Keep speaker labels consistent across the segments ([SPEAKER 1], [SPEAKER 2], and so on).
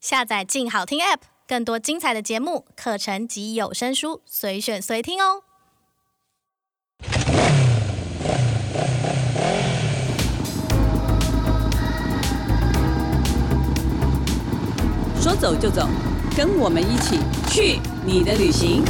[SPEAKER 1] 下载“静好听 ”App，更多精彩的节目、课程及有声书，随选随听哦。
[SPEAKER 2] 说走就走，跟我们一起去你的旅行。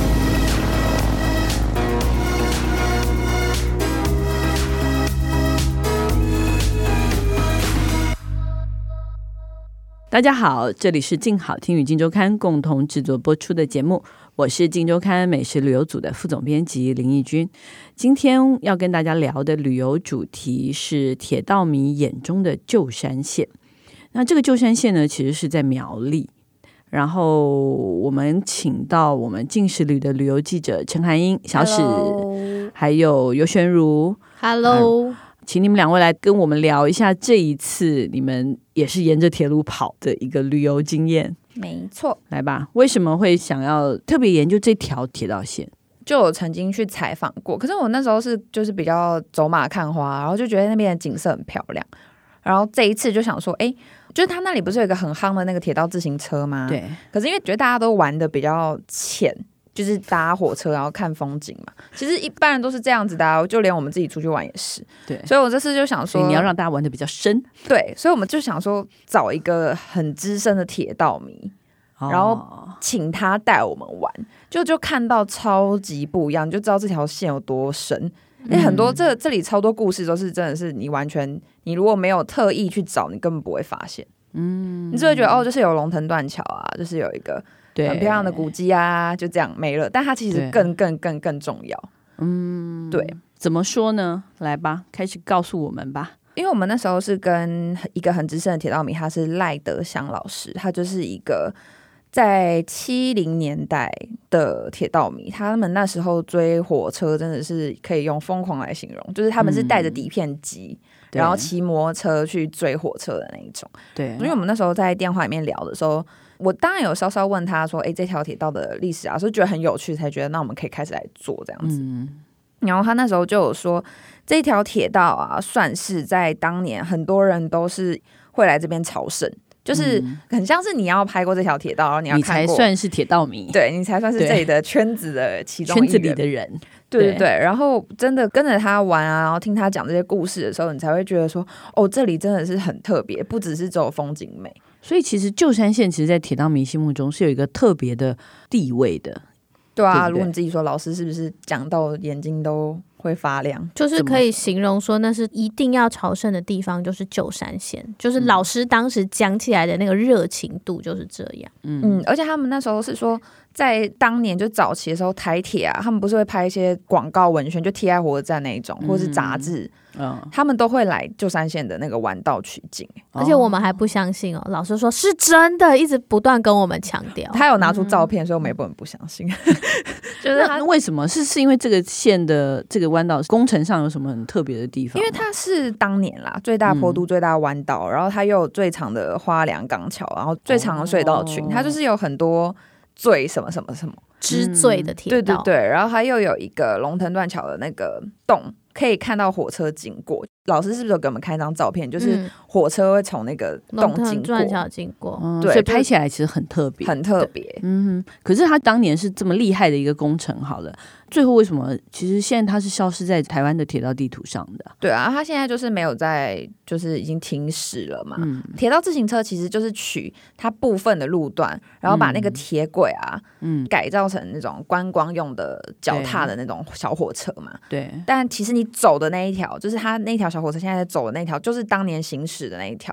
[SPEAKER 2] 大家好，这里是静好听与静周刊共同制作播出的节目，我是静周刊美食旅游组的副总编辑林义君。今天要跟大家聊的旅游主题是铁道迷眼中的旧山线。那这个旧山线呢，其实是在苗栗。然后我们请到我们近视旅的旅游记者陈涵英、小史
[SPEAKER 1] Hello
[SPEAKER 2] 还有尤玄如，
[SPEAKER 1] Hello，
[SPEAKER 2] 请你们两位来跟我们聊一下这一次你们也是沿着铁路跑的一个旅游经验，
[SPEAKER 3] 没错，
[SPEAKER 2] 来吧。为什么会想要特别研究这条铁道线？
[SPEAKER 3] 就我曾经去采访过，可是我那时候是就是比较走马看花，然后就觉得那边的景色很漂亮，然后这一次就想说，哎、就是他那里不是有一个很夯的那个铁道自行车吗？。
[SPEAKER 2] 对，
[SPEAKER 3] 可是因为觉得大家都玩的比较浅，就是搭火车然后看风景嘛，其实一般人都是这样子的、啊，就连我们自己出去玩也是。
[SPEAKER 2] 对
[SPEAKER 3] 所以我这次就想
[SPEAKER 2] 所
[SPEAKER 3] 说，
[SPEAKER 2] 以你要让大家玩的比较深，
[SPEAKER 3] 对，所以我们就想说找一个很资深的铁道迷，然后
[SPEAKER 2] 哦
[SPEAKER 3] 请他带我们玩，就就看到超级不一样，你就知道这条线有多深。因为很多这这里超多故事都是真的是你完全你如果没有特意去找，你根本不会发现。嗯，你只会觉得哦，就是有龙腾断桥啊，就是有一个
[SPEAKER 2] 对
[SPEAKER 3] 很漂亮的古迹啊，就这样没了。但它其
[SPEAKER 2] 对
[SPEAKER 3] 实更更更更重要。嗯，对，
[SPEAKER 2] 怎么说呢？来吧，开始告诉我们吧。
[SPEAKER 3] 因为我们那时候是跟一个很资深的铁道迷，他是赖德祥老师，他就是一个在七零年代的铁道迷，他们那时候追火车真的是可以用疯狂来形容，就是他们是带着底片机，
[SPEAKER 2] 对嗯
[SPEAKER 3] 然后骑摩托车去追火车的那一种。
[SPEAKER 2] 对
[SPEAKER 3] 因为我们那时候在电话里面聊的时候，我当然有稍稍问他说：“诶，这条铁道的历史啊，所以觉得很有趣，才觉得那我们可以开始来做这样子。然后他那时候就有说，这条铁道啊，算是在当年很多人都是会来这边朝圣，就是很像是你要拍过这条铁道，然嗯后你
[SPEAKER 2] 嗯
[SPEAKER 3] 要
[SPEAKER 2] 你
[SPEAKER 3] 看
[SPEAKER 2] 才
[SPEAKER 3] 过，
[SPEAKER 2] 算是铁道迷，
[SPEAKER 3] 对你才算是
[SPEAKER 2] 对
[SPEAKER 3] 这里的圈子的其中一
[SPEAKER 2] 圈
[SPEAKER 3] 员
[SPEAKER 2] 子里的人，
[SPEAKER 3] 对对
[SPEAKER 2] 对
[SPEAKER 3] 对，然后真的跟着他玩啊，然后听他讲这些故事的时候，你才会觉得说，哦，这里真的是很特别，不只是只有风景美。
[SPEAKER 2] 所以其实旧山线其实，在铁道迷心目中是有一个特别的地位的。
[SPEAKER 3] 对
[SPEAKER 2] 对
[SPEAKER 3] 啊，
[SPEAKER 2] 不对
[SPEAKER 3] 如果你自己说老师是不是讲到眼睛都会发亮？
[SPEAKER 1] 就是
[SPEAKER 2] 怎么
[SPEAKER 1] 可以形容说那是一定要朝圣的地方，就是旧山线，就是
[SPEAKER 2] 嗯
[SPEAKER 1] 老师当时讲起来的那个热情度就是这样。
[SPEAKER 3] 嗯，而且他们那时候是说，在当年就早期的时候，台铁啊，他们不是会拍一些广告文宣，就贴在火车站那一种，或是杂志，
[SPEAKER 2] 嗯，
[SPEAKER 3] 他们都会来旧山线的那个弯道取景。
[SPEAKER 2] 哦
[SPEAKER 1] 而且我们还不相信哦，老师说是真的，一直不断跟我们强调。
[SPEAKER 2] 嗯
[SPEAKER 3] 他有拿出照片，所以我们也不能不相信。嗯 就是
[SPEAKER 2] 那
[SPEAKER 3] 他
[SPEAKER 2] 那为什么是是因为这个线的这个弯道工程上有什么很特别的地方
[SPEAKER 3] 因
[SPEAKER 2] 吗？
[SPEAKER 3] 为它是当年啦最大坡度、最大弯道，然后它又有最长的花梁港桥，然后最长的隧道群，
[SPEAKER 2] 哦
[SPEAKER 3] 它就是有很多最什么什么什么，
[SPEAKER 1] 之最的铁
[SPEAKER 3] 对对
[SPEAKER 1] 道，
[SPEAKER 3] 对，然后它又有一个龙腾断桥的那个洞，可以看到火车经过。老师是不是有给我们看一张照片，就是
[SPEAKER 1] 嗯
[SPEAKER 3] 火车会从那个
[SPEAKER 1] 龙
[SPEAKER 3] 洞
[SPEAKER 1] 腾
[SPEAKER 3] 经过，
[SPEAKER 1] 转角经过，
[SPEAKER 2] 嗯，
[SPEAKER 3] 对
[SPEAKER 2] 所以
[SPEAKER 3] 就
[SPEAKER 2] 拍起来其实很特别。
[SPEAKER 3] 很特别。
[SPEAKER 2] 嗯哼，可是它当年是这么厉害的一个工程，好了，最后为什么其实现在它是消失在台湾的铁道地图上的？
[SPEAKER 3] 对啊，它现在就是没有在，就是已经停驶了嘛。
[SPEAKER 2] 嗯
[SPEAKER 3] 铁道自行车其实就是取它部分的路段，然后把那个铁轨啊，
[SPEAKER 2] 嗯，
[SPEAKER 3] 改造成那种观光用的脚踏的那种小火车嘛。
[SPEAKER 2] 对，
[SPEAKER 3] 但其实你走的那一条，就是它那条小火车现在在走的那条，就是当年行驶的那一条。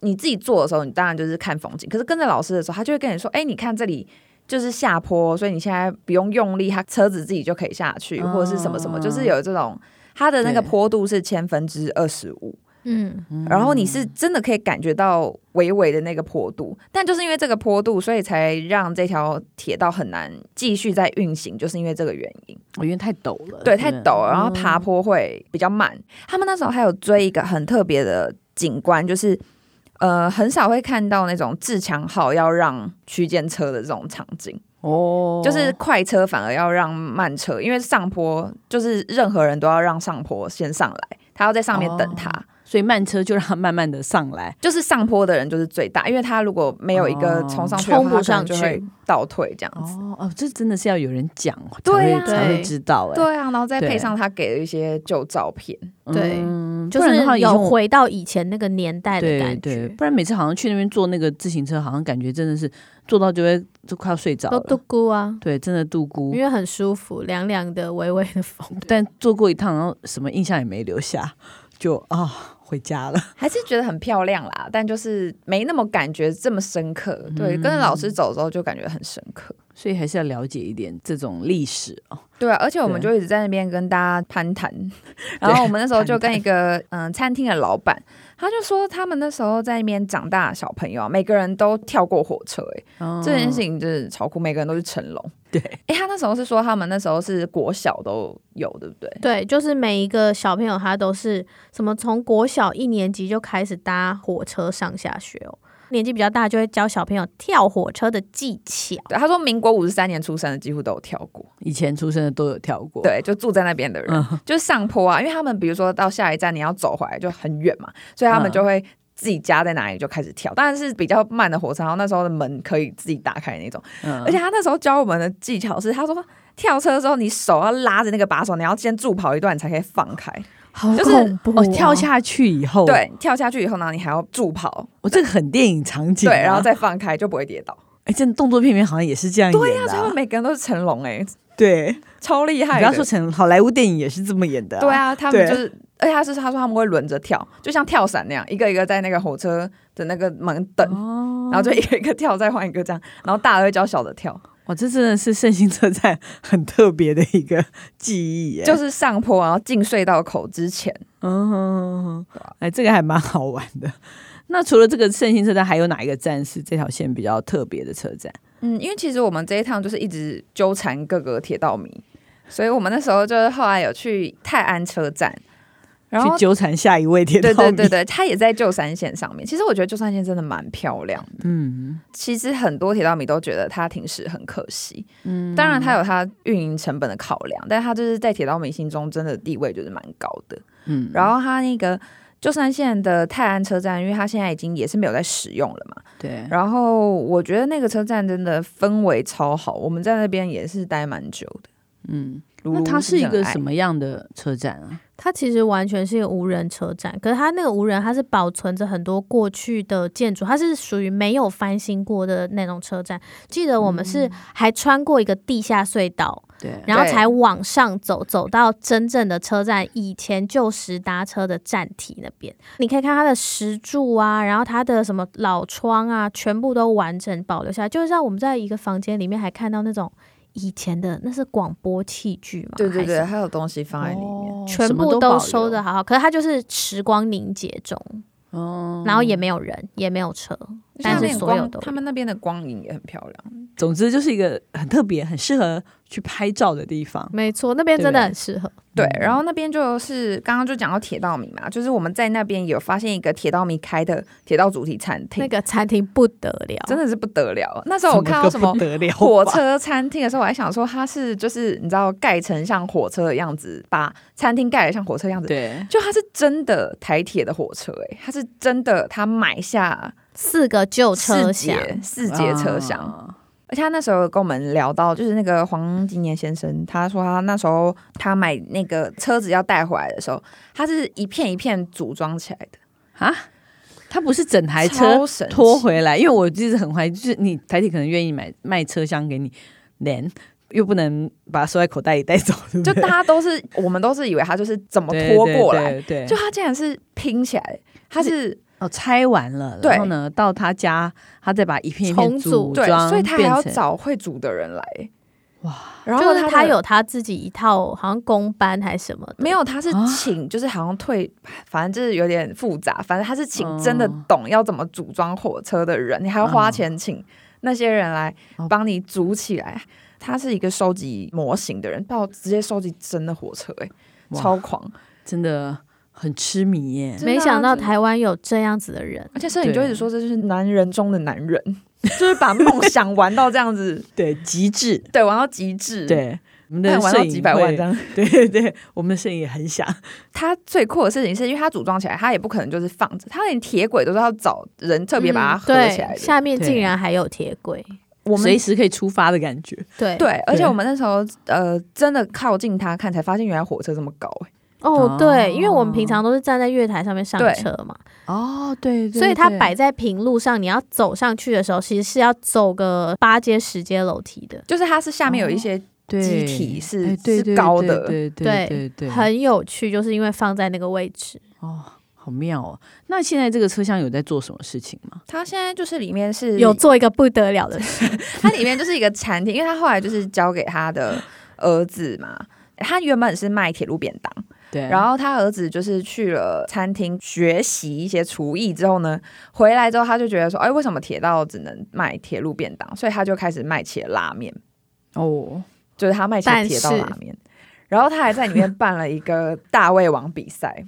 [SPEAKER 3] 你自己坐的时候，你当然就是看风景，可是跟着老师的时候，他就会跟你说：“哎、你看这里。”就是下坡，所以你现在不用用力，它车子自己就可以下去，
[SPEAKER 2] 哦
[SPEAKER 3] 或者是什么什么，就是有这种它的那个
[SPEAKER 2] 对
[SPEAKER 3] 坡度是千分之二十五，
[SPEAKER 1] 嗯，
[SPEAKER 3] 然后你是真的可以感觉到微微的那个坡度，但就是因为这个坡度，所以才让这条铁道很难继续在运行，就是因为这个原哦因。
[SPEAKER 2] 我因为太陡了，
[SPEAKER 3] 对，
[SPEAKER 2] 不
[SPEAKER 3] 太陡，
[SPEAKER 2] 嗯
[SPEAKER 3] 然后爬坡会比较慢。他们那时候还有追一个很特别的景观，就是呃，很少会看到那种自强号要让区间车的这种场景，
[SPEAKER 2] 哦，
[SPEAKER 3] 就是快车反而要让慢车，因为上坡就是任何人都要让上坡先上来，他要在上面等他。
[SPEAKER 2] 所以慢车就让它慢慢的上来。
[SPEAKER 3] 就是上坡的人就是最大，因为他如果没有一个
[SPEAKER 2] 哦
[SPEAKER 3] 冲上去的话，
[SPEAKER 1] 冲不
[SPEAKER 3] 他可能
[SPEAKER 1] 上
[SPEAKER 3] 就
[SPEAKER 1] 去
[SPEAKER 3] 会倒退这样子。
[SPEAKER 2] 哦哦，这真的是要有人讲才
[SPEAKER 3] 对
[SPEAKER 2] 会、
[SPEAKER 3] 呀
[SPEAKER 2] 才会
[SPEAKER 1] 对
[SPEAKER 2] 知道哎、
[SPEAKER 3] 对啊，然后再
[SPEAKER 2] 对
[SPEAKER 3] 配上他给的一些旧照片，
[SPEAKER 1] 对
[SPEAKER 2] 嗯
[SPEAKER 1] 就
[SPEAKER 2] 不然
[SPEAKER 1] 是
[SPEAKER 2] 的话以前
[SPEAKER 1] 有
[SPEAKER 2] 我
[SPEAKER 1] 回到以前那个年代的
[SPEAKER 2] 对
[SPEAKER 1] 感
[SPEAKER 2] 对，
[SPEAKER 1] 觉，
[SPEAKER 2] 不然每次好像去那边坐那个自行车，好像感觉真的是坐到就会就快要睡着
[SPEAKER 1] 都
[SPEAKER 2] 了
[SPEAKER 1] 嘟。咕啊，
[SPEAKER 2] 对，真的度孤
[SPEAKER 1] 因。为很舒服，凉凉的，微微的风。
[SPEAKER 2] 但坐过一趟，然后什么印象也没留下，就啊、回家了。
[SPEAKER 3] 还是觉得很漂亮啦，但就是没那么感觉这么深刻。对，跟着老师走之后就感觉很深刻。
[SPEAKER 2] 所以还是要了解一点这种历史哦。
[SPEAKER 3] 对啊，而且我们
[SPEAKER 2] 对
[SPEAKER 3] 就一直在那边跟大家攀 谈，然后我们那时候就跟一个嗯、餐厅的老板，他就说他们那时候在那边长大的小朋友啊，每个人都跳过火车、欸，
[SPEAKER 2] 哦
[SPEAKER 3] 这件事情就是超酷，每个人都是成龙。
[SPEAKER 2] 对，
[SPEAKER 3] 哎、他那时候是说他们那时候是国小都有，对不对？
[SPEAKER 1] 对，就是每一个小朋友他都是什么从国小一年级就开始搭火车上下学哦，年纪比较大就会教小朋友跳火车的技巧。
[SPEAKER 3] 对，他说民国五十三年出生的几乎都有跳过，
[SPEAKER 2] 以前出生的都有跳过。，嗯
[SPEAKER 3] 对，就住在那边的人，就是上坡啊，因为他们比如说到下一站你要走回来就很远嘛，所以他们
[SPEAKER 2] 嗯
[SPEAKER 3] 就会。自己家在哪里就开始跳，当然是比较慢的火车，然后那时候的门可以自己打开那种。
[SPEAKER 2] 嗯
[SPEAKER 3] 而且他那时候教我们的技巧是，他说跳车的时候你手要拉着那个把手，你要先助跑一段，你才可以放开。
[SPEAKER 1] 好
[SPEAKER 3] 就是
[SPEAKER 1] 恐怖、
[SPEAKER 2] 哦，跳，下去以后，，
[SPEAKER 3] 对，跳下去以后呢，你还要助跑，
[SPEAKER 2] 我、这个很电影场景
[SPEAKER 3] 对
[SPEAKER 2] 啊、，
[SPEAKER 3] 然后再放开就不会 跌倒。
[SPEAKER 2] 哎，这动作片里面好像也是这样演
[SPEAKER 3] 对呀、
[SPEAKER 2] 的
[SPEAKER 3] 所以
[SPEAKER 2] 啊、
[SPEAKER 3] 他们每个人都是成龙哎、
[SPEAKER 2] 对，
[SPEAKER 3] 超厉害
[SPEAKER 2] 你
[SPEAKER 3] 的。
[SPEAKER 2] 不要说成好莱坞电影也是这么演的、
[SPEAKER 3] 对，啊，他们
[SPEAKER 2] 对
[SPEAKER 3] 就是，而且他是他说他们会轮着跳，就像跳伞那样，一个一个在那个火车的那个门等，然后就一个一个跳，再换一个这样，然后大的会教小的跳，
[SPEAKER 2] 哇，这真的是圣心车站很特别的一个记忆耶。
[SPEAKER 3] 就是上坡然后进隧道口之前，
[SPEAKER 2] 嗯，哎，这个还蛮好玩的。 那除了这个圣心车站，还有哪一个站是这条线比较特别的车站？
[SPEAKER 3] 嗯，因为其实我们这一趟就是一直纠缠各个铁道迷，所以我们那时候就是后来有去泰安车站，然后
[SPEAKER 2] 去。纠缠下一位铁道
[SPEAKER 3] 对
[SPEAKER 2] 迷。
[SPEAKER 3] 对对对，它也在旧山线上面。其实我觉得旧山线真的蛮漂亮的
[SPEAKER 2] 嗯，
[SPEAKER 3] 其实很多铁道迷都觉得它停驶很可惜，嗯，当然它有它运营成本的考量，但它就是在铁道迷心中真的地位就是蛮高的，
[SPEAKER 2] 嗯
[SPEAKER 3] 嗯，然后它那个旧山线的泰安车站，因为它现在已经也是没有在使用了嘛，
[SPEAKER 2] 对，
[SPEAKER 3] 然后我觉得那个车站真的氛围超好，我们在那边也是待蛮久的，
[SPEAKER 2] 嗯，
[SPEAKER 3] 如
[SPEAKER 2] 那它是一个
[SPEAKER 3] 很爱
[SPEAKER 2] 什？么样的车站啊？
[SPEAKER 1] 它其实完全是一个无人车站，可是它那个无人，它是保存着很多过去的建筑，它是属于没有翻新过的那种车站。记得我们是还穿过一个地下隧道，
[SPEAKER 2] 对，
[SPEAKER 1] 然后才往上走，走到真正的车站以前旧时搭车的站体那边，你可以看它的石柱啊，然后它的什么老窗啊，全部都完整保留下来。就像我们在一个房间里面还看到那种以前的，那是广播器具嘛？
[SPEAKER 3] 对对
[SPEAKER 1] 还
[SPEAKER 3] 对，
[SPEAKER 1] 是，
[SPEAKER 3] 还有东西放在里面，
[SPEAKER 2] 哦
[SPEAKER 1] 全部
[SPEAKER 2] 保
[SPEAKER 1] 都
[SPEAKER 2] 留
[SPEAKER 1] 收的好好。可是它就是时光凝结中，
[SPEAKER 2] 哦。
[SPEAKER 1] 然后也没有人，也没有车，但
[SPEAKER 3] 像那
[SPEAKER 1] 是
[SPEAKER 3] 个
[SPEAKER 1] 所有
[SPEAKER 3] 光，
[SPEAKER 1] 都
[SPEAKER 3] 他们那边的光影也很漂亮。
[SPEAKER 2] 总之就是一个很特别、很适合去拍照的地方。
[SPEAKER 1] 没错，那边
[SPEAKER 2] 真
[SPEAKER 1] 真
[SPEAKER 2] 的
[SPEAKER 1] 的
[SPEAKER 2] 很
[SPEAKER 1] 很适合。
[SPEAKER 3] 对
[SPEAKER 2] 嗯，
[SPEAKER 3] 然后那边就是刚刚就讲到铁道迷嘛，就是我们在那边有发现一个铁道迷开的铁道主题餐厅，
[SPEAKER 1] 那个餐厅不得了，
[SPEAKER 3] 真的是不得了。那时候我看到什么
[SPEAKER 2] 怎个不得了
[SPEAKER 3] 火
[SPEAKER 2] 法
[SPEAKER 3] 车餐厅的时候，我还想说它是就是你知道盖成像火车的样子，把餐厅盖得像火车样子，
[SPEAKER 2] 对，
[SPEAKER 3] 就它是真的台铁的火车、欸，哎，它是真的，它买下
[SPEAKER 1] 四个旧车
[SPEAKER 3] 四
[SPEAKER 1] 厢。
[SPEAKER 3] 节四节车厢。
[SPEAKER 2] 啊
[SPEAKER 3] 而且他那时候有跟我们聊到，就是那个黄金年先生，他说他那时候他买那个车子要带回来的时候，他是一片一片组装起来的，
[SPEAKER 2] 啊，它不是整台车
[SPEAKER 3] 超神奇
[SPEAKER 2] 拖回来，因为我一直很怀疑，就是你台铁可能愿意买卖车厢给你，连又不能把它收在口袋里带走，对不
[SPEAKER 3] 就
[SPEAKER 2] 对？
[SPEAKER 3] 大家都是我们都是以为他就是怎么
[SPEAKER 2] 对
[SPEAKER 3] 拖过来，，
[SPEAKER 2] 对对对，
[SPEAKER 3] 就他竟然是拼起来，他是
[SPEAKER 2] 哦拆完了，
[SPEAKER 3] 对
[SPEAKER 2] 然后呢到他家，他再把一片一片
[SPEAKER 1] 重组
[SPEAKER 2] 组
[SPEAKER 3] 对，
[SPEAKER 2] 装，
[SPEAKER 3] 所以他还要
[SPEAKER 2] 变成
[SPEAKER 3] 找会组的人来，
[SPEAKER 2] 哇，
[SPEAKER 3] 然后
[SPEAKER 1] 就是
[SPEAKER 3] 的
[SPEAKER 1] 他有他自己一套，好像公班还是什么的，
[SPEAKER 3] 没有，他是
[SPEAKER 2] 啊
[SPEAKER 3] 请，就是好像退，反正就是有点复杂。反正他是请
[SPEAKER 2] 哦
[SPEAKER 3] 真的懂要怎么组装火车的人，你还要花钱请那些人来
[SPEAKER 2] 嗯哦
[SPEAKER 3] 帮你组起来。他是一个收集模型的人，到直接收集真的火车、欸，
[SPEAKER 2] 哇
[SPEAKER 3] 超狂！
[SPEAKER 2] 真的很痴迷耶。
[SPEAKER 3] 真的啊
[SPEAKER 1] 没想到
[SPEAKER 3] 真的
[SPEAKER 1] 台湾有这样子的人，
[SPEAKER 3] 而且摄影就
[SPEAKER 2] 对
[SPEAKER 3] 一直说这就是男人 中的男人，就是把梦想玩到这样子，
[SPEAKER 2] 对，极致，嗯
[SPEAKER 3] 对，玩到极致。，
[SPEAKER 2] 对。我们
[SPEAKER 3] 那
[SPEAKER 2] 的
[SPEAKER 3] 玩
[SPEAKER 2] 摄
[SPEAKER 3] 到
[SPEAKER 2] 影
[SPEAKER 3] 几百万
[SPEAKER 2] 会
[SPEAKER 3] 这样。
[SPEAKER 2] 对对对，我们的摄影也很想，
[SPEAKER 3] 它最酷的事情是因为它组装起来，它也不可能就是放着，它连铁轨都是要找人特别把它合起来
[SPEAKER 1] 嗯对，
[SPEAKER 3] 的。
[SPEAKER 1] 下面
[SPEAKER 2] 嗯对
[SPEAKER 1] 竟然还有铁轨，
[SPEAKER 3] 我们
[SPEAKER 2] 随时可以出发的感觉。
[SPEAKER 1] 对
[SPEAKER 3] 对，而且
[SPEAKER 2] 对
[SPEAKER 3] 我们那时候呃真的靠近它看，才发现原来火车这么高、欸
[SPEAKER 1] 哦，对，因为我
[SPEAKER 2] 哦
[SPEAKER 1] 们平常都是站在月台上面上
[SPEAKER 3] 对
[SPEAKER 1] 车嘛，
[SPEAKER 2] 哦，对
[SPEAKER 1] 所以它摆在平路上，你要走上去的时候，其实是要走个八阶十阶楼梯的，
[SPEAKER 3] 就是它是下面有一些
[SPEAKER 2] 对
[SPEAKER 3] 机体是
[SPEAKER 2] 哎对
[SPEAKER 3] 是
[SPEAKER 2] 对
[SPEAKER 3] 高
[SPEAKER 2] 对
[SPEAKER 3] 的
[SPEAKER 2] 对对
[SPEAKER 1] 对
[SPEAKER 2] 对对，
[SPEAKER 1] 很有趣，就是因为放在那个位置。
[SPEAKER 2] 哦，好妙哦。那现在这个车厢有在做什么事情吗？
[SPEAKER 3] 它现在就是里面是
[SPEAKER 1] 有做一个不得了的事，
[SPEAKER 3] 它里面就是一个餐厅，因为他后来就是交给他的儿子嘛。他原本是卖铁路便当，
[SPEAKER 2] 对，
[SPEAKER 3] 然后他儿子就是去了餐厅学习一些厨艺之后呢，回来之后他就觉得说，哎，为什么铁道只能卖铁路便当？所以他就开始卖起了拉面，
[SPEAKER 2] 哦，
[SPEAKER 3] 就是他卖起了铁道
[SPEAKER 1] 但是
[SPEAKER 3] 拉面。然后他还在里面办了一个大胃王比赛，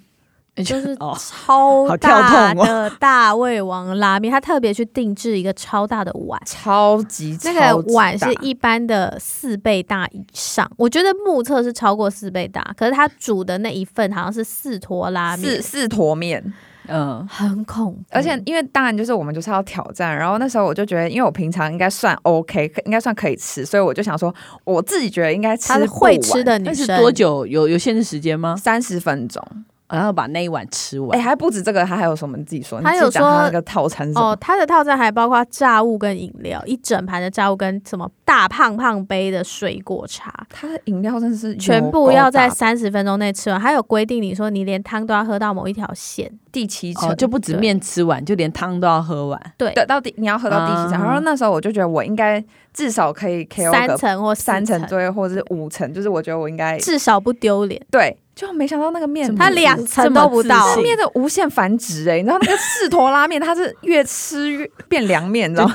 [SPEAKER 1] 就是
[SPEAKER 2] 哦，
[SPEAKER 1] 超
[SPEAKER 2] 好跳
[SPEAKER 1] 大
[SPEAKER 2] 痛哦
[SPEAKER 1] 的大胃王拉面，他特别去定制一个超大的碗。
[SPEAKER 3] 超级
[SPEAKER 1] 那个碗是
[SPEAKER 3] 超级大
[SPEAKER 1] 一般的四倍大以上，我觉得目测是超过四倍大，可是他煮的那一份好像是四坨拉
[SPEAKER 3] 四
[SPEAKER 1] 面，嗯
[SPEAKER 3] 四坨面，
[SPEAKER 2] 嗯，
[SPEAKER 1] 很恐怖。
[SPEAKER 3] 而且，因为当然就是我们就是要挑战，然后那时候我就觉得，因为我平常应该算 OK，可应该算可以吃，所以我就想说，我自己觉得应该吃
[SPEAKER 1] 她是会吃的女
[SPEAKER 2] 那
[SPEAKER 1] 生
[SPEAKER 2] 是多久？有有限制时间吗？
[SPEAKER 3] 三十分钟，
[SPEAKER 2] 然后把那一碗吃
[SPEAKER 3] 哎、
[SPEAKER 2] 完。
[SPEAKER 3] 还不止这个，他还有什么？你自己说，
[SPEAKER 1] 他
[SPEAKER 3] 你自己
[SPEAKER 1] 有
[SPEAKER 3] 讲他
[SPEAKER 1] 说
[SPEAKER 3] 那个套餐是什么？
[SPEAKER 1] 哦，它的套餐还包括炸物跟饮料，一整盘的炸物跟什么大胖胖杯的水果茶，
[SPEAKER 3] 他的饮料真的是
[SPEAKER 1] 全
[SPEAKER 3] 有
[SPEAKER 1] 部
[SPEAKER 3] 够
[SPEAKER 1] 要
[SPEAKER 3] 大
[SPEAKER 1] 在三十分钟内吃完。还有规定，你说你连汤都要喝到某一条线，
[SPEAKER 3] 第七层，
[SPEAKER 2] 哦，就不止
[SPEAKER 1] 对
[SPEAKER 2] 面吃完，就连汤都要喝完。
[SPEAKER 1] 对，
[SPEAKER 3] 对，到第你要喝到第七层。
[SPEAKER 2] 啊
[SPEAKER 3] 然后那时候我就觉得我应该至少可以 KO
[SPEAKER 1] 三
[SPEAKER 3] 个
[SPEAKER 1] 层或四
[SPEAKER 3] 三层左右，或者是五层，就是我觉得我应该
[SPEAKER 1] 至少不丢脸。
[SPEAKER 3] 对，就没想到那个面
[SPEAKER 2] 这么
[SPEAKER 1] 它
[SPEAKER 2] 自
[SPEAKER 1] 两层都不到
[SPEAKER 2] 这么自信
[SPEAKER 3] 面的无限繁殖哎、你知道那个四坨拉面，它是越吃越变凉面， 你知道吗？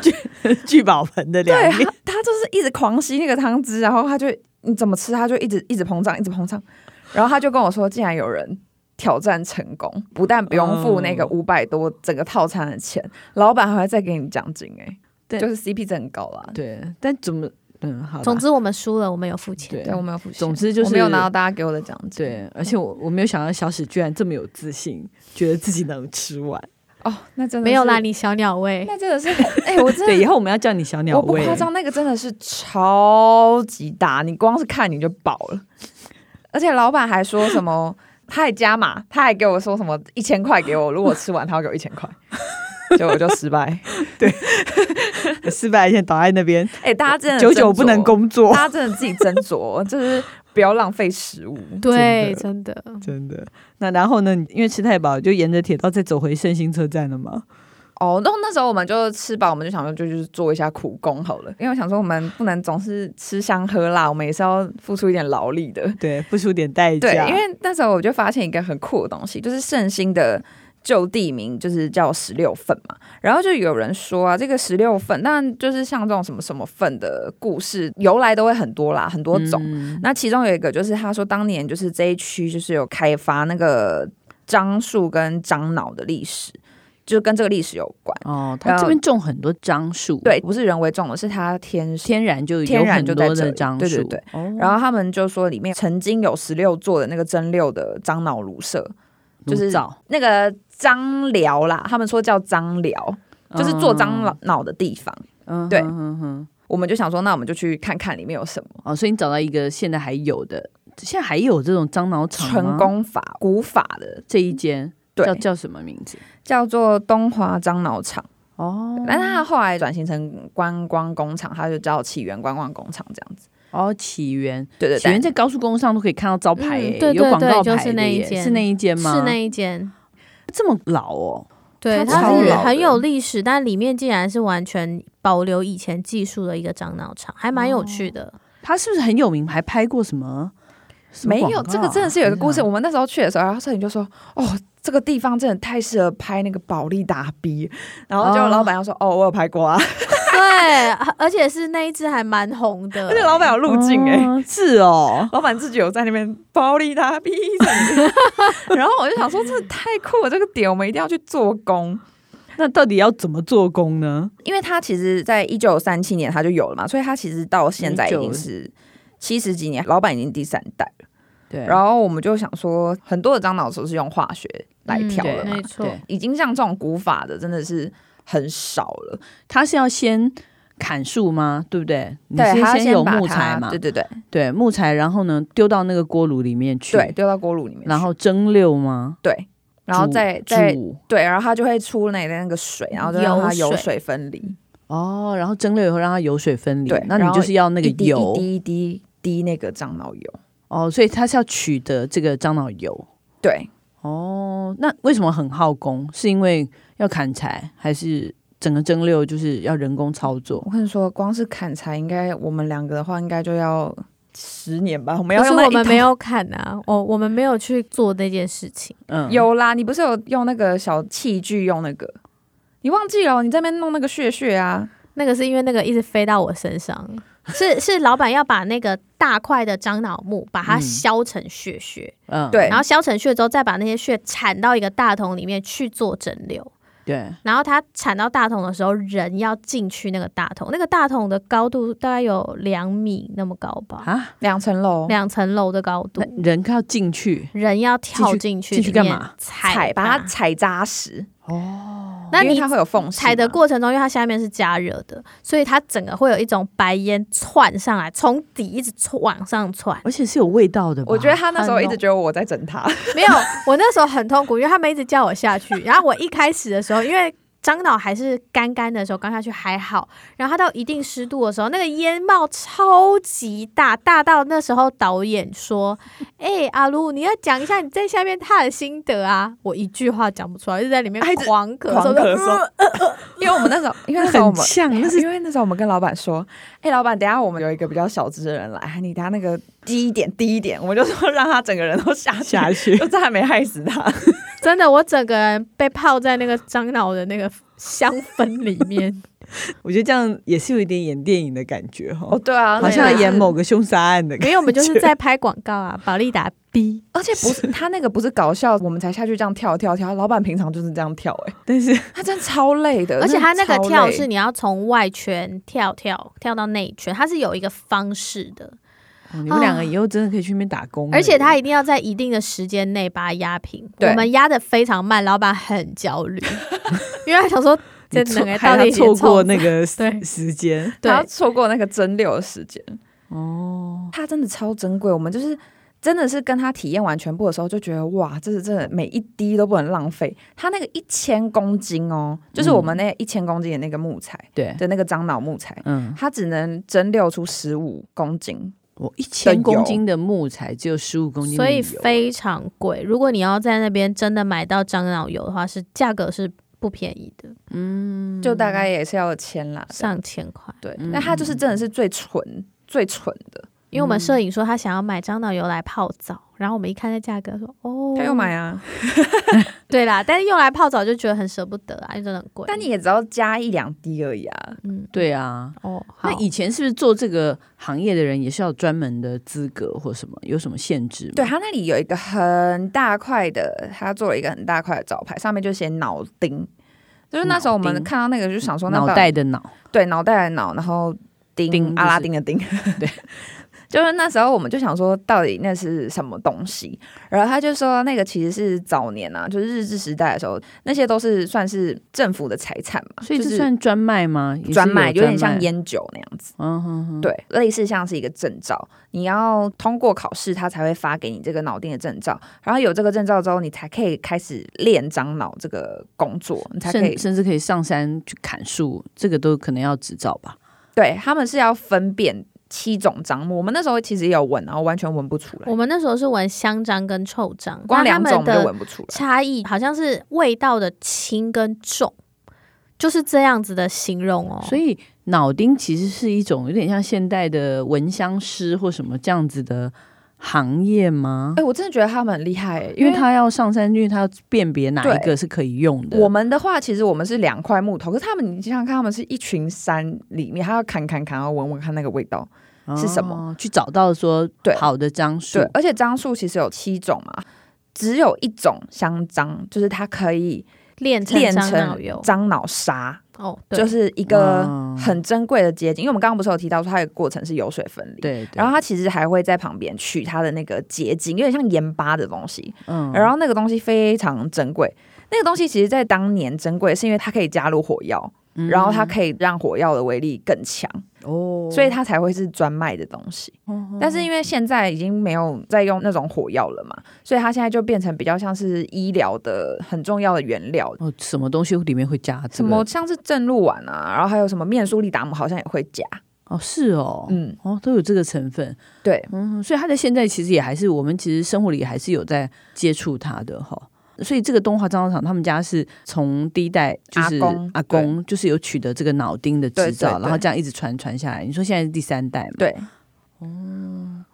[SPEAKER 2] 聚宝盆的
[SPEAKER 3] 对，
[SPEAKER 2] 两面
[SPEAKER 3] 它它就是一直狂吸那个汤汁，然后它就你怎么吃，它就一直一直膨胀，一直膨胀。然后他就跟我说，竟然有人挑战成功，不但不用付那个
[SPEAKER 2] 嗯
[SPEAKER 3] 五百多整个套餐的钱，老板还会再给你奖金哎、
[SPEAKER 2] 对
[SPEAKER 3] 就是 CP 值很高啦。
[SPEAKER 2] 对，但怎么嗯好啦，
[SPEAKER 1] 总之我们输了，我们有付钱。
[SPEAKER 2] 对
[SPEAKER 3] 对，我没有付钱，
[SPEAKER 2] 总之就是
[SPEAKER 3] 我没有拿到大家给我的奖金。
[SPEAKER 2] 对，而且我 我没有想到小史居然这么有自信，觉得自己能吃完。
[SPEAKER 3] 哦，那真的
[SPEAKER 1] 没有啦，
[SPEAKER 3] 拉，
[SPEAKER 1] 你小鸟胃。
[SPEAKER 3] 那真的是很哎、我真的
[SPEAKER 2] 对，以后我们要叫你小鸟
[SPEAKER 3] 我不
[SPEAKER 2] 胃。
[SPEAKER 3] 夸张，那个真的是超级大，你光是看你就饱了。而且老板还说什么， 他还加码，他还给我说什么一千块给我，如果吃完他要给我一千块， 结果我就失败。
[SPEAKER 2] 失败，现在倒在那边，
[SPEAKER 3] 哎、大家真 的
[SPEAKER 2] 久久不能
[SPEAKER 3] 工，
[SPEAKER 2] 工作
[SPEAKER 3] 大，家真的自己斟酌，就是不要浪费食物。
[SPEAKER 1] 对，真的，
[SPEAKER 2] 真的。那然后呢？你因为吃太饱，就沿着铁道再走回圣心车站了嘛。
[SPEAKER 3] 哦，那那时候我们就吃饱，我们就想说就就是做一下苦工好了，因为我想说我们不能总是吃香喝辣，我们也是要付出一点劳力的。
[SPEAKER 2] 对，付出点代
[SPEAKER 3] 对
[SPEAKER 2] 价。，嗯
[SPEAKER 3] 因为那时候我就发现一个很酷的东西，就是圣心的旧地名就是叫十六份嘛。然后就有人说啊，这个十六份，但就是像这种什么什么份的故事由来都会很多啦，很多种。
[SPEAKER 2] 嗯
[SPEAKER 3] 那其中有一个就是他说，当年就是这一区就是有开发那个樟树跟樟脑的历史，就跟这个历史有关。
[SPEAKER 2] 哦，它这边种很多樟树，
[SPEAKER 3] 对，，不是人为种的，是它天生。
[SPEAKER 2] 天然就有
[SPEAKER 3] 天然
[SPEAKER 2] 很
[SPEAKER 3] 就在
[SPEAKER 2] 多
[SPEAKER 3] 这
[SPEAKER 2] 的
[SPEAKER 3] 里
[SPEAKER 2] 樟树。
[SPEAKER 3] 对对对
[SPEAKER 2] 哦，
[SPEAKER 3] 然后他们就说，里面曾经有十六座的那个蒸馏的樟脑炉舍，就是
[SPEAKER 2] 炉灶
[SPEAKER 3] 那个张辽啦，他们说叫张辽，就是做樟脑脑的地方。
[SPEAKER 2] 嗯
[SPEAKER 3] 对
[SPEAKER 2] 嗯哼哼
[SPEAKER 3] 我们就想说，那我们就去看看里面有什么
[SPEAKER 2] 哦，所以你找到一个现在还有的，现在还有这种樟脑厂吗
[SPEAKER 3] 成功法、古法的，
[SPEAKER 2] 这一间
[SPEAKER 3] 对
[SPEAKER 2] 叫，叫什么名字？
[SPEAKER 3] 叫做东华樟脑厂。
[SPEAKER 2] 哦
[SPEAKER 3] 但是它后来转型成观光工厂，它就叫起源观光工厂这样子。
[SPEAKER 2] 哦，起源，
[SPEAKER 3] 对对
[SPEAKER 2] 起源
[SPEAKER 3] 对，
[SPEAKER 2] 在高速公路上都可以看到招牌
[SPEAKER 1] 嗯
[SPEAKER 2] 耶，
[SPEAKER 1] 对
[SPEAKER 2] 有
[SPEAKER 1] 对
[SPEAKER 2] 广告
[SPEAKER 1] 对就
[SPEAKER 2] 牌
[SPEAKER 1] 是
[SPEAKER 2] 的
[SPEAKER 1] 那一
[SPEAKER 2] 耶
[SPEAKER 1] 间
[SPEAKER 2] 是那一间吗？
[SPEAKER 1] 是那一间，
[SPEAKER 2] 这么老哦，
[SPEAKER 1] 对，
[SPEAKER 3] 它
[SPEAKER 1] 它
[SPEAKER 3] 超
[SPEAKER 1] 是
[SPEAKER 3] 老
[SPEAKER 1] 很
[SPEAKER 3] 的
[SPEAKER 1] 有历史，但里面竟然是完全保留以前技术的一个樟脑厂，还蛮有趣的。
[SPEAKER 3] 哦
[SPEAKER 2] 他是不是很有名？还拍过什么？什么
[SPEAKER 3] 没有
[SPEAKER 2] 广告啊
[SPEAKER 3] 这个真的是有一个故事。
[SPEAKER 2] 天
[SPEAKER 3] 我们那时候去的时候，然后摄影就说：“哦，这个地方真的太适合拍那个保利达 B。”然后就
[SPEAKER 2] 哦
[SPEAKER 3] 老板要说：“哦，我有拍过啊。
[SPEAKER 1] 对，而且是那一只还蛮红”的
[SPEAKER 3] 而且。老板有
[SPEAKER 2] 哪
[SPEAKER 3] 路径哎、
[SPEAKER 2] 哦是 哦，
[SPEAKER 3] 老板自己有在那边包利他逼在 里面然后我就想说，这太酷了，这个点我们一定要去做工，
[SPEAKER 2] 那到底要怎么做工呢？
[SPEAKER 3] 因为他其实在一九三七年他就有了嘛，所以他其实到现在已经是七十几年，老板已经第三代了。
[SPEAKER 2] 对，
[SPEAKER 3] 然后我们就想说，很多的樟脑手是用化学来调
[SPEAKER 2] 对
[SPEAKER 3] 的嘛，
[SPEAKER 1] 嗯没错，
[SPEAKER 2] 嗯对
[SPEAKER 3] 已经像这种古法的真的是很少了。
[SPEAKER 2] 他是要先砍树吗？对不对？你
[SPEAKER 3] 对，
[SPEAKER 2] 是
[SPEAKER 3] 还要
[SPEAKER 2] 先有
[SPEAKER 3] 把
[SPEAKER 2] 木
[SPEAKER 3] 它
[SPEAKER 2] 材嘛？
[SPEAKER 3] 对对对
[SPEAKER 2] 对木材，然后呢丢到那个锅炉里面去，
[SPEAKER 3] 对，丢到锅炉里面去，
[SPEAKER 2] 然后蒸馏吗？
[SPEAKER 3] 对，然后
[SPEAKER 2] 煮
[SPEAKER 3] 再再
[SPEAKER 2] 煮
[SPEAKER 3] 对，然后它就会出那那个水，然后就让它
[SPEAKER 1] 油
[SPEAKER 3] 油
[SPEAKER 1] 水
[SPEAKER 3] 水分离，
[SPEAKER 2] 哦，然后蒸馏以后让它油水分离
[SPEAKER 3] 对，
[SPEAKER 2] 那你
[SPEAKER 3] 然后
[SPEAKER 2] 就是要那个
[SPEAKER 3] 一滴一
[SPEAKER 2] 油
[SPEAKER 3] 滴一滴滴那个樟脑油。
[SPEAKER 2] 哦，所以它是要取得这个樟脑油
[SPEAKER 3] 对，
[SPEAKER 2] 哦。那为什么很耗工？是因为要砍柴，还是整个蒸馏就是要人工操作？
[SPEAKER 3] 我跟你说，光是砍柴，应该我们两个的话，应该就要十年吧。我们
[SPEAKER 1] 可
[SPEAKER 3] 要
[SPEAKER 1] 是
[SPEAKER 3] 用那
[SPEAKER 1] 我
[SPEAKER 3] 一
[SPEAKER 1] 们
[SPEAKER 3] 桶
[SPEAKER 1] 没有看啊，我我们没有去做那件事情。
[SPEAKER 2] 嗯，
[SPEAKER 3] 有啦，你不是有用那个小器具用那个？你忘记了哦？你在那边弄那个血血啊？
[SPEAKER 1] 那个是因为那个一直飞到我身上，是是老板要把那个大块的樟脑木把它
[SPEAKER 2] 嗯
[SPEAKER 1] 削成屑屑，
[SPEAKER 2] 嗯，
[SPEAKER 3] 对
[SPEAKER 1] 然后削成屑之后再把那些屑铲到一个大桶里面去做蒸馏。
[SPEAKER 2] 对，
[SPEAKER 1] 然后它铲到大桶的时候，人要进去那个大桶，那个大桶的高度大概有两米那么高吧，
[SPEAKER 2] 啊，
[SPEAKER 3] 两层楼，
[SPEAKER 1] 两层楼的高度
[SPEAKER 2] 那，人靠近去
[SPEAKER 1] 人要跳进去
[SPEAKER 2] 进去
[SPEAKER 1] 里面
[SPEAKER 2] 干嘛
[SPEAKER 1] 踩
[SPEAKER 3] 踩把它
[SPEAKER 1] 它
[SPEAKER 3] 踩扎实。
[SPEAKER 2] 哦，
[SPEAKER 1] 那
[SPEAKER 3] 因为
[SPEAKER 1] 你
[SPEAKER 3] 它会有缝隙嘛，
[SPEAKER 1] 踩的过程中，因为它下面是加热的，所以它整个会有一种白烟窜上来，从底一直窜往上 窜。
[SPEAKER 2] 而且是有味道的吧？
[SPEAKER 3] 我觉得他那时候
[SPEAKER 1] 很
[SPEAKER 3] 一直
[SPEAKER 1] 浓
[SPEAKER 3] 觉得我在整他，
[SPEAKER 1] 没有，我那时候很痛苦，因为他们一直叫我下去。 然后我一开始的时候，因为樟脑还是干干的时候，刚下去还好。然后它到一定湿度的时候，那个烟冒超级大，大到那时候导演说：“哎、阿鲁，你要讲一下你在下面踏的心得啊！”我一句话讲不出来，一直在里面
[SPEAKER 3] 哎这
[SPEAKER 1] 狂咳
[SPEAKER 3] 狂
[SPEAKER 1] 嗽，
[SPEAKER 3] 咳
[SPEAKER 1] 就
[SPEAKER 3] 嗽。 因为我们那时候，因为那时候我
[SPEAKER 2] 很
[SPEAKER 3] 们。啊
[SPEAKER 2] 像，那是
[SPEAKER 3] 因为那时候我们跟老板说，哎、老板，等一下我们有一个比较小资的人来，你等一下那个低一点，低一点，我们就说让他整个人都下去，
[SPEAKER 2] 下去
[SPEAKER 3] 就再还没害死他。
[SPEAKER 1] 真的，我整个人被泡在那个樟脑的那个香氛里 面。
[SPEAKER 2] 我觉得这样也是有一点演电影的感觉哈、
[SPEAKER 3] 哦，对啊，
[SPEAKER 2] 好像
[SPEAKER 3] 那个
[SPEAKER 2] 演某个凶杀案的感觉。
[SPEAKER 1] 没有，我们就是 在拍广告啊，宝利达 B。
[SPEAKER 3] 而且不是 他那个不是搞笑，我们才下去这样跳跳跳。老板平常就是这样跳、哎，
[SPEAKER 2] 但是
[SPEAKER 3] 他真的超累
[SPEAKER 2] 呃
[SPEAKER 3] 的，
[SPEAKER 1] 而且它那个
[SPEAKER 3] 真的超
[SPEAKER 1] 跳
[SPEAKER 3] 累
[SPEAKER 1] 是你要从外圈跳跳跳到内圈，它是有一个方式的，
[SPEAKER 2] 哦你们两个以后真的可以去那边打工了
[SPEAKER 1] 啊
[SPEAKER 2] 耶，
[SPEAKER 1] 而且它一定要在一定的时间内把它压平。
[SPEAKER 3] 对
[SPEAKER 1] 我们压的非常慢，老板很焦 虑，因为他想说这
[SPEAKER 2] 你
[SPEAKER 1] 能
[SPEAKER 2] 错
[SPEAKER 1] 个
[SPEAKER 2] 害
[SPEAKER 1] 到
[SPEAKER 2] 他
[SPEAKER 1] 底
[SPEAKER 2] 错过那
[SPEAKER 1] 个
[SPEAKER 2] 个
[SPEAKER 1] 对
[SPEAKER 2] 时间
[SPEAKER 3] 然后
[SPEAKER 1] 对。
[SPEAKER 3] 错过那个蒸馏的时间，
[SPEAKER 2] 哦。
[SPEAKER 3] 它真的超珍贵。我们就是真的是跟他体验完全部的时候，就觉得哇，这是真的每一滴都不能浪费。他那个一千公斤哦，就是我们那一千公斤的那个木材、
[SPEAKER 2] 对，
[SPEAKER 3] 的那个樟脑木材，
[SPEAKER 2] 嗯，
[SPEAKER 3] 它只能蒸馏出十五公斤。
[SPEAKER 2] 我一千公
[SPEAKER 3] 油
[SPEAKER 2] 斤的木材只有十五公斤
[SPEAKER 1] 所
[SPEAKER 2] 的
[SPEAKER 1] 以
[SPEAKER 2] 油，
[SPEAKER 1] 非常贵。如果你要在那边真的买到樟脑油的话，是价格是不便宜的，
[SPEAKER 3] 就大概也是要千啦，
[SPEAKER 1] 上千块。
[SPEAKER 3] 对，那它就是真的是最纯、最纯的，
[SPEAKER 1] 因为我
[SPEAKER 3] 嗯
[SPEAKER 1] 们摄影说他想要买樟脑油来泡澡，然后我们一看那价格说哦，
[SPEAKER 3] 他又买啊，
[SPEAKER 1] 对啦，但是用来泡澡就觉得很舍不得啊，因为真的很贵。
[SPEAKER 3] 但你也只要加一两滴而已啊。
[SPEAKER 1] 嗯，
[SPEAKER 2] 对啊。
[SPEAKER 1] 哦，好
[SPEAKER 2] 那以前是不是做这个行业的人也是要专门的资格或什么，有什么限制吗？
[SPEAKER 3] 对，它那里有一个很大块的，它做了一个很大块的招牌，上面就写脑钉。就是那时候我
[SPEAKER 2] 脑
[SPEAKER 3] 们
[SPEAKER 2] 钉
[SPEAKER 3] 看到那个，就想说那
[SPEAKER 2] 脑
[SPEAKER 3] 到底
[SPEAKER 2] 袋的脑，
[SPEAKER 3] 对脑袋的脑，然后钉
[SPEAKER 2] 钉就是
[SPEAKER 3] 阿拉丁的钉，
[SPEAKER 2] 对。
[SPEAKER 3] 就是那时候我们就想说，到底那是什么东西？然后他就说，那个其实是早年啊，就是日治时代的时候，那些都是算是政府的财产嘛，
[SPEAKER 2] 所以
[SPEAKER 3] 就
[SPEAKER 2] 这
[SPEAKER 3] 是
[SPEAKER 2] 算专卖吗？也是
[SPEAKER 3] 专卖，有
[SPEAKER 2] 专
[SPEAKER 3] 点像
[SPEAKER 2] 卖，
[SPEAKER 3] 烟酒那样子。
[SPEAKER 2] 嗯哼哼，
[SPEAKER 3] 对，类似像是一个证照，你要通过考试，他才会发给你这个脑定的证照。然后有这个证照之后，你才可以开始练樟脑这个工作，你才可
[SPEAKER 2] 甚。
[SPEAKER 3] 以
[SPEAKER 2] 甚至可以上山去砍树，这个都可能要执照吧？
[SPEAKER 3] 对，他们是要分辨七种樟木。我们那时候其实也有闻，然后完全闻不出来
[SPEAKER 1] 我，们那时候是闻香樟跟臭樟，
[SPEAKER 3] 光
[SPEAKER 1] 那它
[SPEAKER 3] 两
[SPEAKER 1] 们
[SPEAKER 3] 种我们就
[SPEAKER 1] 的
[SPEAKER 3] 闻不出来。
[SPEAKER 1] 差异好像是味道的轻跟重，就是这样子的形容哦。
[SPEAKER 2] 所以脑钉其实是一种有点像现代的蚊香师或什么这样子的行业吗？
[SPEAKER 3] 哎，我真的觉得他们很厉害、
[SPEAKER 2] 呃
[SPEAKER 3] 欸
[SPEAKER 2] 因
[SPEAKER 3] 因
[SPEAKER 2] 为
[SPEAKER 3] 为他
[SPEAKER 2] 他要上山，因为他要辨别哪一个
[SPEAKER 3] 对
[SPEAKER 2] 是可以用的。
[SPEAKER 3] 我们的话，其实我们是两块木头，可是他们，你想想看，他们是一群山里面，他要砍砍砍，然后闻闻看那个味道。是什么
[SPEAKER 2] 哦去找到说
[SPEAKER 3] 对
[SPEAKER 2] 好的樟树
[SPEAKER 3] 对，，而且樟树其实有七种嘛，只有一种香樟，就是它可以
[SPEAKER 1] 炼成
[SPEAKER 3] 炼
[SPEAKER 1] 樟脑
[SPEAKER 3] 成
[SPEAKER 1] 油，
[SPEAKER 3] 樟脑砂，
[SPEAKER 1] 哦，对，
[SPEAKER 3] 就是一个
[SPEAKER 2] 哦
[SPEAKER 3] 很珍贵的结晶。因为我们刚刚不是有提到说它有个过程是油水分离，
[SPEAKER 2] 对，对
[SPEAKER 3] 然后它其实还会在旁边取它的那个结晶，有点像盐巴的东西。
[SPEAKER 2] 嗯
[SPEAKER 3] 然后那个东西非常珍贵，那个东西其实在当年珍贵是因为它可以加入火药，
[SPEAKER 2] 嗯
[SPEAKER 3] 然后它可以让火药的威力更强，
[SPEAKER 2] 哦，
[SPEAKER 3] 所以它才会是专卖的东西。
[SPEAKER 2] 哦
[SPEAKER 3] 但是因为现在已经没有在用那种火药了嘛，所以它现在就变成比较像是医疗的很重要的原料，
[SPEAKER 2] 哦什么东西里面会加这
[SPEAKER 3] 什
[SPEAKER 2] 个
[SPEAKER 3] 么像是正露丸啊，然后还有什么面苏利达姆好像也会加，
[SPEAKER 2] 哦是哦
[SPEAKER 3] 嗯，
[SPEAKER 2] 哦都有这个成分，
[SPEAKER 3] 对，
[SPEAKER 2] 嗯，所以它在现在其实也还是我们其实生活里还是有在接触它的哈。所以这个动画张厂他们家是从第一代就是
[SPEAKER 3] 阿公
[SPEAKER 2] 阿公就是有取得这个脑钉的制
[SPEAKER 3] 对
[SPEAKER 2] 造，
[SPEAKER 3] 对对
[SPEAKER 2] 然后这样一直传传下来。你说现在是第三代嘛？
[SPEAKER 3] 对，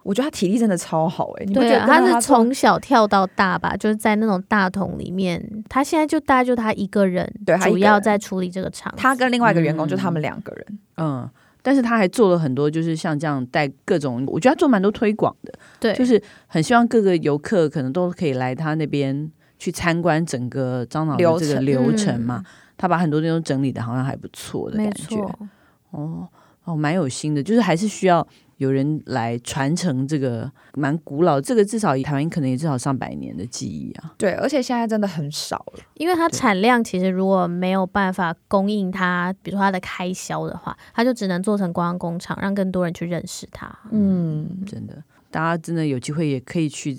[SPEAKER 3] 我觉得他体力真的超好哎、你不觉
[SPEAKER 1] 对
[SPEAKER 3] 得
[SPEAKER 1] 啊，
[SPEAKER 3] 跟着
[SPEAKER 1] 是
[SPEAKER 3] 做
[SPEAKER 1] 从小跳到大吧，就是在那种大桶里面，他现在就大概就他一个人，
[SPEAKER 3] 对他一
[SPEAKER 1] 主
[SPEAKER 3] 个
[SPEAKER 1] 要
[SPEAKER 3] 人
[SPEAKER 1] 在处理这个厂子。
[SPEAKER 3] 他跟另外一个员工，
[SPEAKER 2] 嗯
[SPEAKER 3] 就他们两个人，
[SPEAKER 2] 嗯，但是他还做了很多，就是像这样带各种，我觉得他做蛮多推广的，
[SPEAKER 1] 对，
[SPEAKER 2] 就是很希望各个游客可能都可以来他那边去参观整个樟脑的这个
[SPEAKER 1] 流
[SPEAKER 2] 流
[SPEAKER 1] 程嗯
[SPEAKER 2] 程嘛。他把很多地方整理的好像还不错的
[SPEAKER 1] 没
[SPEAKER 2] 感觉，
[SPEAKER 1] 错，
[SPEAKER 2] 哦哦，蛮有心的，就是还是需要有人来传承这个蛮古老，这个至少台湾可能也至少上百年的记忆啊。
[SPEAKER 3] 对，而且现在真的很少了，
[SPEAKER 1] 因为它
[SPEAKER 2] 对
[SPEAKER 1] 产量其实如果没有办法供应它，比如说它的开销的话，它就只能做成观光工厂，让更多人去认识它。
[SPEAKER 3] 嗯，
[SPEAKER 2] 真的，大家真的有机会也可以去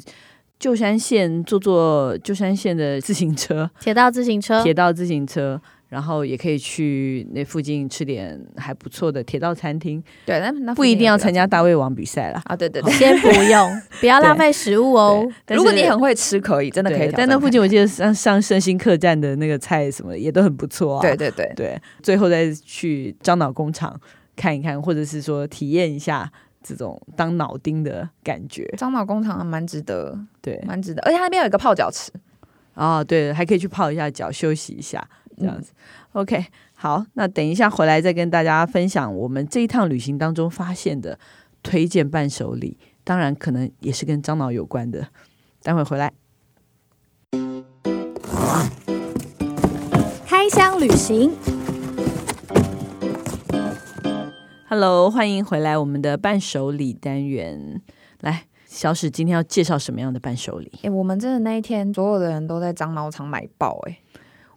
[SPEAKER 2] 旧山县坐坐旧山县的自行车、
[SPEAKER 1] 铁道自行车
[SPEAKER 2] 铁，道自行车，然后也可以去那附近吃点还不错的铁道餐厅，
[SPEAKER 3] 对，那那
[SPEAKER 2] 不一定要参
[SPEAKER 3] 加
[SPEAKER 2] 加大胃王比赛啦。
[SPEAKER 3] 啊，对对对，
[SPEAKER 1] 先 不用，不要浪费食物哦
[SPEAKER 2] 对。但
[SPEAKER 3] 如果
[SPEAKER 2] 是
[SPEAKER 3] 你很会吃，可以真的可以
[SPEAKER 2] 对
[SPEAKER 3] 挑战看看，
[SPEAKER 2] 但那附近我记得像像圣心客栈的那个菜什么的也都很不错啊。
[SPEAKER 3] 对对对，
[SPEAKER 2] 对，最后再去樟脑工厂看一看，或者是说体验一下这种当脑丁的感觉。
[SPEAKER 3] 樟脑工厂还蛮值得，
[SPEAKER 2] 对，
[SPEAKER 3] 蛮值得，而且它那边有一个泡脚池，
[SPEAKER 2] 啊、对，还可以去泡一下脚，休息一下，这样
[SPEAKER 3] 嗯
[SPEAKER 2] 子。OK，好，那等一下回来再跟大家分享我们这一趟旅行当中发现的推荐伴手礼，当然可能也是跟樟脑有关的。待会回来。
[SPEAKER 1] 开箱旅行，
[SPEAKER 2] Hello，欢迎回来我们的伴手礼单元。来，小史今天要介绍什么样的伴手礼？
[SPEAKER 3] 哎，我们真的那一天所有的人都在樟脑厂买爆，哎，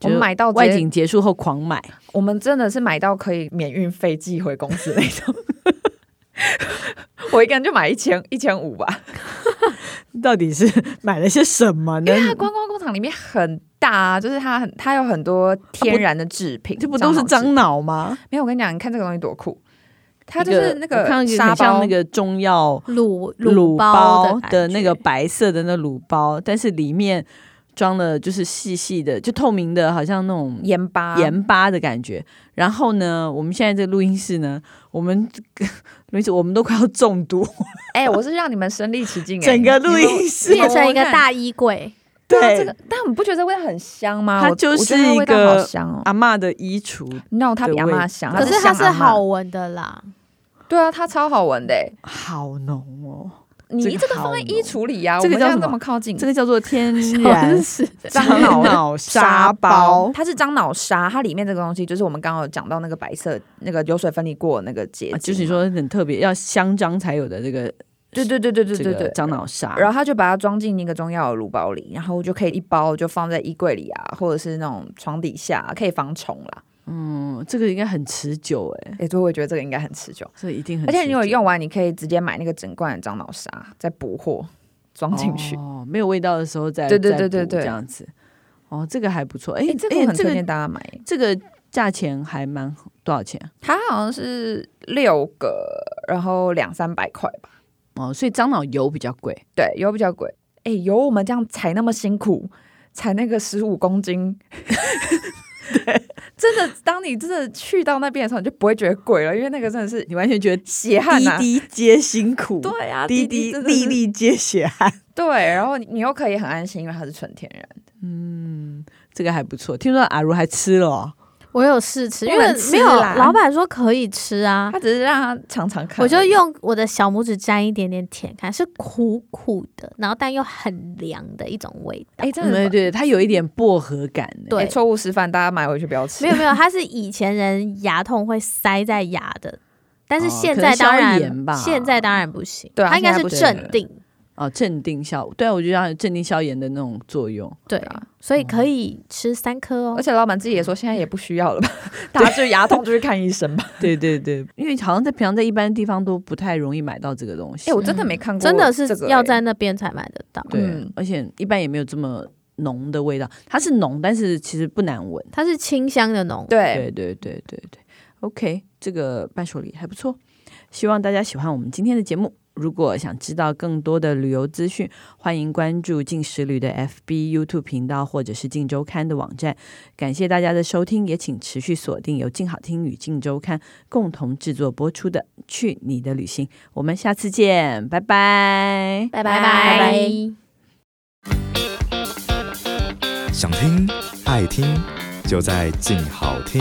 [SPEAKER 3] 我
[SPEAKER 2] 就
[SPEAKER 3] 们买到直
[SPEAKER 2] 外
[SPEAKER 3] 接
[SPEAKER 2] 景结束后狂买，
[SPEAKER 3] 我们真的是买到可以免运费寄回公司那 种。我一个人就买一千一千五吧，
[SPEAKER 2] 到底是买了些什么呢？
[SPEAKER 3] 因为它观光工厂里面很大、啊，就是它很它有很多天然的制品，
[SPEAKER 2] 这不都是
[SPEAKER 3] 樟脑
[SPEAKER 2] 樟脑吗？
[SPEAKER 3] 制？没有，我跟你讲，你看这个东西多酷，它
[SPEAKER 2] 它
[SPEAKER 3] 就是那
[SPEAKER 2] 我看到一
[SPEAKER 3] 沙
[SPEAKER 2] 很像
[SPEAKER 3] 包
[SPEAKER 2] 那个中药
[SPEAKER 1] 卤
[SPEAKER 2] 卤
[SPEAKER 1] 包
[SPEAKER 2] 包的那个
[SPEAKER 1] 感觉
[SPEAKER 2] 白色的那卤包，但是里面装了就是细细的，就透明的，好像那种
[SPEAKER 3] 盐巴，
[SPEAKER 2] 盐巴的感觉。然后呢，我们现在这录音室呢，我们 录音室我们都快要中毒，
[SPEAKER 3] 哎、我是让你们身临其境、哎
[SPEAKER 2] 整个录
[SPEAKER 3] 你们
[SPEAKER 2] 音室
[SPEAKER 1] 变成一个大衣柜，
[SPEAKER 3] 对啊
[SPEAKER 2] 对
[SPEAKER 3] 这个，但你不觉得这味道很香吗？
[SPEAKER 2] 它
[SPEAKER 3] 我
[SPEAKER 2] 就是
[SPEAKER 3] 我觉得它味道
[SPEAKER 2] 一个
[SPEAKER 3] 好香哦。
[SPEAKER 2] 阿嬷的衣橱
[SPEAKER 3] no，它比
[SPEAKER 2] 的
[SPEAKER 3] 阿
[SPEAKER 2] 味
[SPEAKER 3] 妈香，
[SPEAKER 1] 可是它
[SPEAKER 3] 它
[SPEAKER 1] 是好，闻的啦。
[SPEAKER 3] 对啊，它超好闻的、哎
[SPEAKER 2] 好浓哦，
[SPEAKER 3] 你
[SPEAKER 2] 这个
[SPEAKER 3] 一直都放
[SPEAKER 2] 好
[SPEAKER 3] 在
[SPEAKER 2] 浓
[SPEAKER 3] 衣橱里呀、啊，
[SPEAKER 2] 这个
[SPEAKER 3] 我们
[SPEAKER 2] 叫
[SPEAKER 3] 这样
[SPEAKER 2] 什么
[SPEAKER 3] 这么靠近，
[SPEAKER 2] 这个叫做天
[SPEAKER 1] 真
[SPEAKER 2] 然
[SPEAKER 1] 是
[SPEAKER 2] 樟脑沙包。
[SPEAKER 3] 它是樟脑沙，它里面这个东西就是我们刚刚有讲到那个白色那个油水分离过的那个结晶、
[SPEAKER 2] 啊就是你，说很特别，要香樟才有的这个
[SPEAKER 3] 对对对对对
[SPEAKER 2] 这
[SPEAKER 3] 对
[SPEAKER 2] 个
[SPEAKER 3] 对。
[SPEAKER 2] 樟脑沙，
[SPEAKER 3] 然后他就把它装进那个中药的乳包里，然后就可以一包就放在衣柜里啊，或者是那种床底下、可以防虫啦。
[SPEAKER 2] 嗯，这个应该很持久哎、
[SPEAKER 3] 哎，所以我觉得这个应该很持久，
[SPEAKER 2] 这一定很
[SPEAKER 3] 而
[SPEAKER 2] 持久，
[SPEAKER 3] 且你有用完，你可以直接买那个整罐的樟脑沙再补货装进去。
[SPEAKER 2] 哦，没有味道的时候再
[SPEAKER 3] 对对
[SPEAKER 2] 再
[SPEAKER 3] 对
[SPEAKER 2] 补
[SPEAKER 3] 对对
[SPEAKER 2] 这样子，哦，这个还不错，哎、
[SPEAKER 3] 哎，这个我
[SPEAKER 2] 哎
[SPEAKER 3] 很
[SPEAKER 2] 这
[SPEAKER 3] 推荐
[SPEAKER 2] 个
[SPEAKER 3] 大家买，
[SPEAKER 2] 这个价钱还蛮多少钱
[SPEAKER 3] 它好像是六个，然后两三百块吧。
[SPEAKER 2] 哦，所以樟脑油比较贵，
[SPEAKER 3] 对，油比较贵。哎、油我们这样踩那么辛苦，踩那个十五公 斤， 真的，当你真的去到那边的时候，你就不会觉得贵了，因为那个真的是
[SPEAKER 2] 你完全觉得
[SPEAKER 3] 血汗
[SPEAKER 2] 滴
[SPEAKER 3] 呐、
[SPEAKER 2] 滴皆辛苦，
[SPEAKER 3] 对啊，
[SPEAKER 2] 滴
[SPEAKER 3] 滴
[SPEAKER 2] 滴
[SPEAKER 3] 真的
[SPEAKER 2] 粒
[SPEAKER 3] 是
[SPEAKER 2] 粒皆血汗，
[SPEAKER 3] 对，然后你又可以很安心，因为它是纯天然。
[SPEAKER 2] 这个还不错，听说阿如还吃了哦、
[SPEAKER 1] 我有试吃，因
[SPEAKER 3] 不
[SPEAKER 1] 为
[SPEAKER 3] 能吃
[SPEAKER 1] 没有
[SPEAKER 3] 啦
[SPEAKER 1] 老板说可以吃啊
[SPEAKER 3] 他，只是让他尝尝看而
[SPEAKER 1] 我
[SPEAKER 3] 已。
[SPEAKER 1] 就用我的小拇指沾一点点舔看，是苦苦的，然后但又很凉的一种味道。
[SPEAKER 3] 哎，真
[SPEAKER 2] 对
[SPEAKER 3] 的
[SPEAKER 2] 对，它有一点薄荷感欸。
[SPEAKER 1] 对
[SPEAKER 3] 哎错误示范，大家买回去不要 吃。
[SPEAKER 1] 没有没有，它是以前人牙痛会塞在牙的，但是
[SPEAKER 2] 哦
[SPEAKER 1] 现
[SPEAKER 2] 可能
[SPEAKER 1] 在当
[SPEAKER 2] 消
[SPEAKER 1] 然、
[SPEAKER 2] 炎吧
[SPEAKER 1] 现在当然不行，
[SPEAKER 3] 对啊
[SPEAKER 1] 它应该
[SPEAKER 3] 现
[SPEAKER 1] 是
[SPEAKER 3] 在不行
[SPEAKER 1] 镇定，
[SPEAKER 2] 哦，镇定消，对啊，我觉得它有镇定消炎的那种作 用。
[SPEAKER 1] 对
[SPEAKER 3] 啊
[SPEAKER 1] 所以可以吃三颗哦
[SPEAKER 3] 而。且老板自己也说，现在也不需要了吧？ 大家就牙痛就去看医生吧。
[SPEAKER 2] 对对对，因为好像在平常在一般地方都不太容易买到这个东西。
[SPEAKER 3] 哎，我真的没看过，哎
[SPEAKER 1] 真的是
[SPEAKER 3] 欸
[SPEAKER 1] 要在那边才买得到，
[SPEAKER 2] 对，
[SPEAKER 3] 嗯
[SPEAKER 2] 而且一般也没有这么浓的味道，它是浓，但是其实不难闻。
[SPEAKER 1] 它是清香的浓。
[SPEAKER 3] 对
[SPEAKER 2] 对对对对对，OK，这个伴手礼还不错，希望大家喜欢我们今天的节目。如果想知道更多的旅游资讯，欢迎关注静时旅的 FB、YouTube 频道或者是静周刊的网站。感谢大家的收听，也请持续锁定由静好听与静周刊共同制作播出的《去你的旅行》，我们下次见，拜拜。
[SPEAKER 1] 拜
[SPEAKER 3] 拜
[SPEAKER 1] 拜
[SPEAKER 3] 拜
[SPEAKER 4] 想听爱听，就在静好听。